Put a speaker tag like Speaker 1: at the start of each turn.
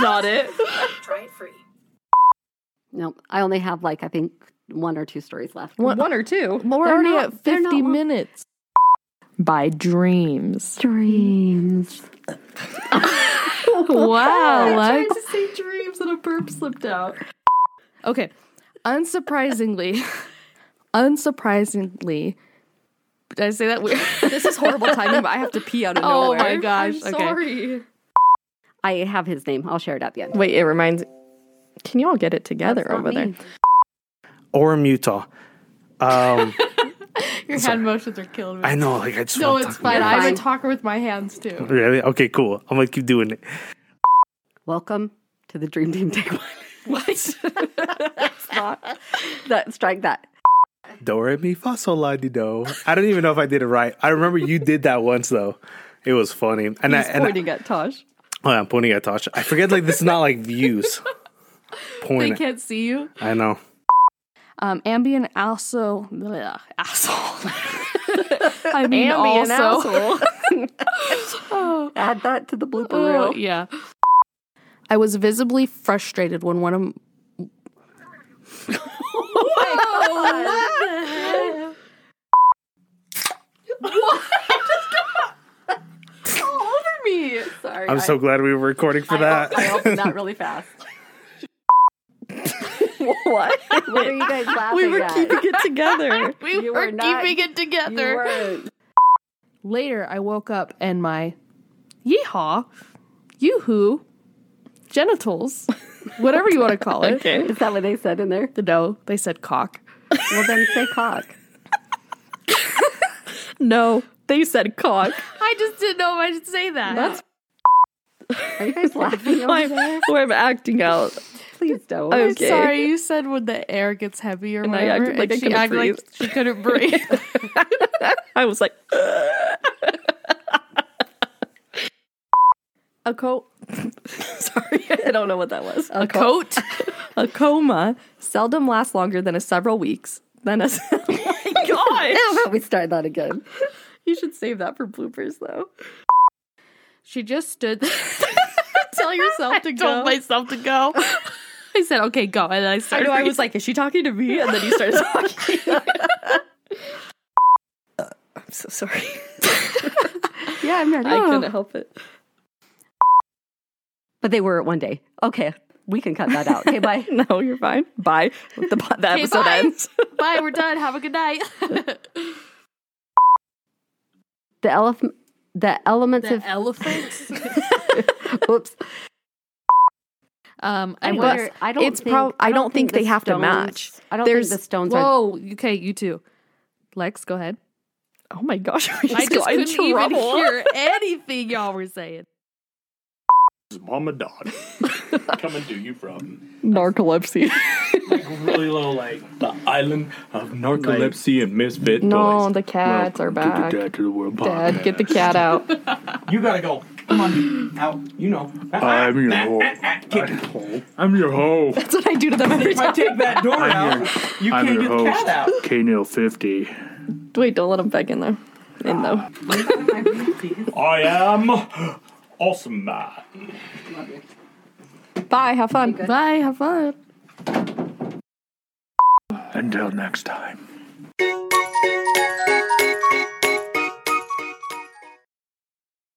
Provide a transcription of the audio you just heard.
Speaker 1: not it.
Speaker 2: Try it free.
Speaker 3: No, I only have like I think one or two stories left.
Speaker 1: One, or two.
Speaker 4: Well, we're
Speaker 3: They're
Speaker 4: already
Speaker 3: not-
Speaker 4: at
Speaker 3: they're not
Speaker 4: 50
Speaker 3: long.
Speaker 4: minutes. By dreams.
Speaker 3: Dreams.
Speaker 1: I
Speaker 4: Wow,
Speaker 1: tried
Speaker 4: Lex.
Speaker 1: to say dreams and a burp slipped out. Okay. Unsurprisingly, unsurprisingly, did I say that weird?
Speaker 4: This is horrible timing, but I have to pee out of
Speaker 1: oh my
Speaker 4: nowhere.
Speaker 1: gosh.
Speaker 4: I'm
Speaker 1: okay.
Speaker 4: sorry.
Speaker 3: I have his name. I'll share it at the end.
Speaker 4: Wait, it reminds. Can you all get it together
Speaker 3: Not
Speaker 4: over
Speaker 3: me.
Speaker 4: there?
Speaker 5: Orem, Utah. Um,
Speaker 1: Your hand motions are killing me.
Speaker 5: I know, like I just
Speaker 1: no,
Speaker 5: wanna
Speaker 1: it's
Speaker 5: talk about
Speaker 1: fine.
Speaker 5: it.
Speaker 1: I'm a
Speaker 3: Fine.
Speaker 1: talker with my hands too.
Speaker 5: Really? Okay, cool. I'm gonna keep doing it.
Speaker 3: Welcome to the Dream Team Day One.
Speaker 1: What?
Speaker 3: that, strike that.
Speaker 5: Do re mi fa sol la di do. I don't even know if I did it right. I remember you did that once though. It was funny, and I and I,
Speaker 4: Pointing at Tosh.
Speaker 5: oh, I'm pointing at Tasha. I forget like this is not like views.
Speaker 1: they
Speaker 5: Point.
Speaker 1: can't see you.
Speaker 5: I know.
Speaker 1: Um, Ambien also bleh, asshole. I mean
Speaker 4: Ambien
Speaker 1: also.
Speaker 3: Add that to the blooper
Speaker 1: Oh,
Speaker 3: reel.
Speaker 1: yeah. I was visibly frustrated when one of
Speaker 3: Sorry,
Speaker 5: I'm so glad we were recording for that.
Speaker 3: I opened that really fast.
Speaker 4: What?
Speaker 3: What are you guys laughing
Speaker 4: we were
Speaker 3: at?
Speaker 4: keeping it together.
Speaker 1: we
Speaker 3: You
Speaker 1: were
Speaker 3: were not-
Speaker 1: keeping it
Speaker 3: You
Speaker 1: together.
Speaker 3: weren't.
Speaker 1: Later, I woke up and my yeehaw, yoo-hoo, genitals, whatever you want to call it.
Speaker 4: okay.
Speaker 3: Is that what they said in there?
Speaker 1: No, they said cock.
Speaker 3: Well, then say cock.
Speaker 4: No, they said cock.
Speaker 1: I just didn't know if I should say that.
Speaker 3: Are you guys laughing over there?
Speaker 4: I'm, where I'm acting out.
Speaker 3: Please don't.
Speaker 4: I'm
Speaker 1: I'm
Speaker 4: okay.
Speaker 1: sorry, you said when the air gets heavy or
Speaker 4: And I
Speaker 1: whatever,
Speaker 4: acted like
Speaker 1: and
Speaker 4: I
Speaker 1: she
Speaker 4: couldn't
Speaker 1: acted like
Speaker 4: breathe.
Speaker 1: she couldn't breathe.
Speaker 4: I was like,
Speaker 1: a coat,
Speaker 4: sorry, I don't know what that was.
Speaker 1: a coat.
Speaker 4: A coma seldom lasts longer than a several weeks. Then a. oh my
Speaker 3: How
Speaker 4: gosh!
Speaker 3: about we start that again?
Speaker 4: You should save that for bloopers, though.
Speaker 1: She just stood. Tell yourself to go.
Speaker 4: told
Speaker 1: myself to go. I said, "Okay, go," and I
Speaker 4: I
Speaker 1: started.
Speaker 4: know. I was like, "Is she talking to me?" And then you started talking. Uh, I'm so sorry.
Speaker 3: Yeah, I'm ready. Oh.
Speaker 4: I couldn't help it.
Speaker 3: But they were one day. Okay, we can cut that out. Okay, bye.
Speaker 4: No, you're fine. Bye. The, po- the episode
Speaker 1: bye.
Speaker 4: ends.
Speaker 1: "Bye, we're done. Have a good night."
Speaker 3: The elephant. The elements of
Speaker 1: elephants.
Speaker 3: oops.
Speaker 1: Um,
Speaker 3: I
Speaker 1: I
Speaker 3: wonder.
Speaker 1: was.
Speaker 3: I don't.
Speaker 4: it's
Speaker 3: think,
Speaker 4: prob- I don't think
Speaker 3: the
Speaker 4: they have to
Speaker 3: stones-
Speaker 4: match.
Speaker 3: I don't
Speaker 4: There's-
Speaker 3: think the stones are.
Speaker 1: Whoa. Okay, you too. Lex, go ahead.
Speaker 4: Oh my gosh, we just,
Speaker 1: I just
Speaker 4: got in
Speaker 1: couldn't even
Speaker 4: trouble.
Speaker 1: hear anything y'all were saying.
Speaker 6: Mama Dog coming to you from
Speaker 4: Narcolepsy.
Speaker 6: like really low, like the island of narcolepsy and misfit
Speaker 4: No,
Speaker 6: toys.
Speaker 4: the cats are
Speaker 6: Welcome
Speaker 4: back.
Speaker 6: to the Dad to the World
Speaker 4: Dad,
Speaker 6: podcast.
Speaker 4: get the cat out.
Speaker 7: You gotta go. Come on, out. You know.
Speaker 6: I'm your hoe. I'm your hoe.
Speaker 4: That's what I do to them every
Speaker 7: If I
Speaker 4: time.
Speaker 7: take that door out, you
Speaker 6: I'm
Speaker 7: can't
Speaker 6: your
Speaker 7: get the cat out.
Speaker 6: host, K-Nail 50.
Speaker 4: Wait, don't let him back in there. In though.
Speaker 6: I am awesome man.
Speaker 4: Bye. Have fun.
Speaker 1: Bye. Have fun.
Speaker 6: Until next time.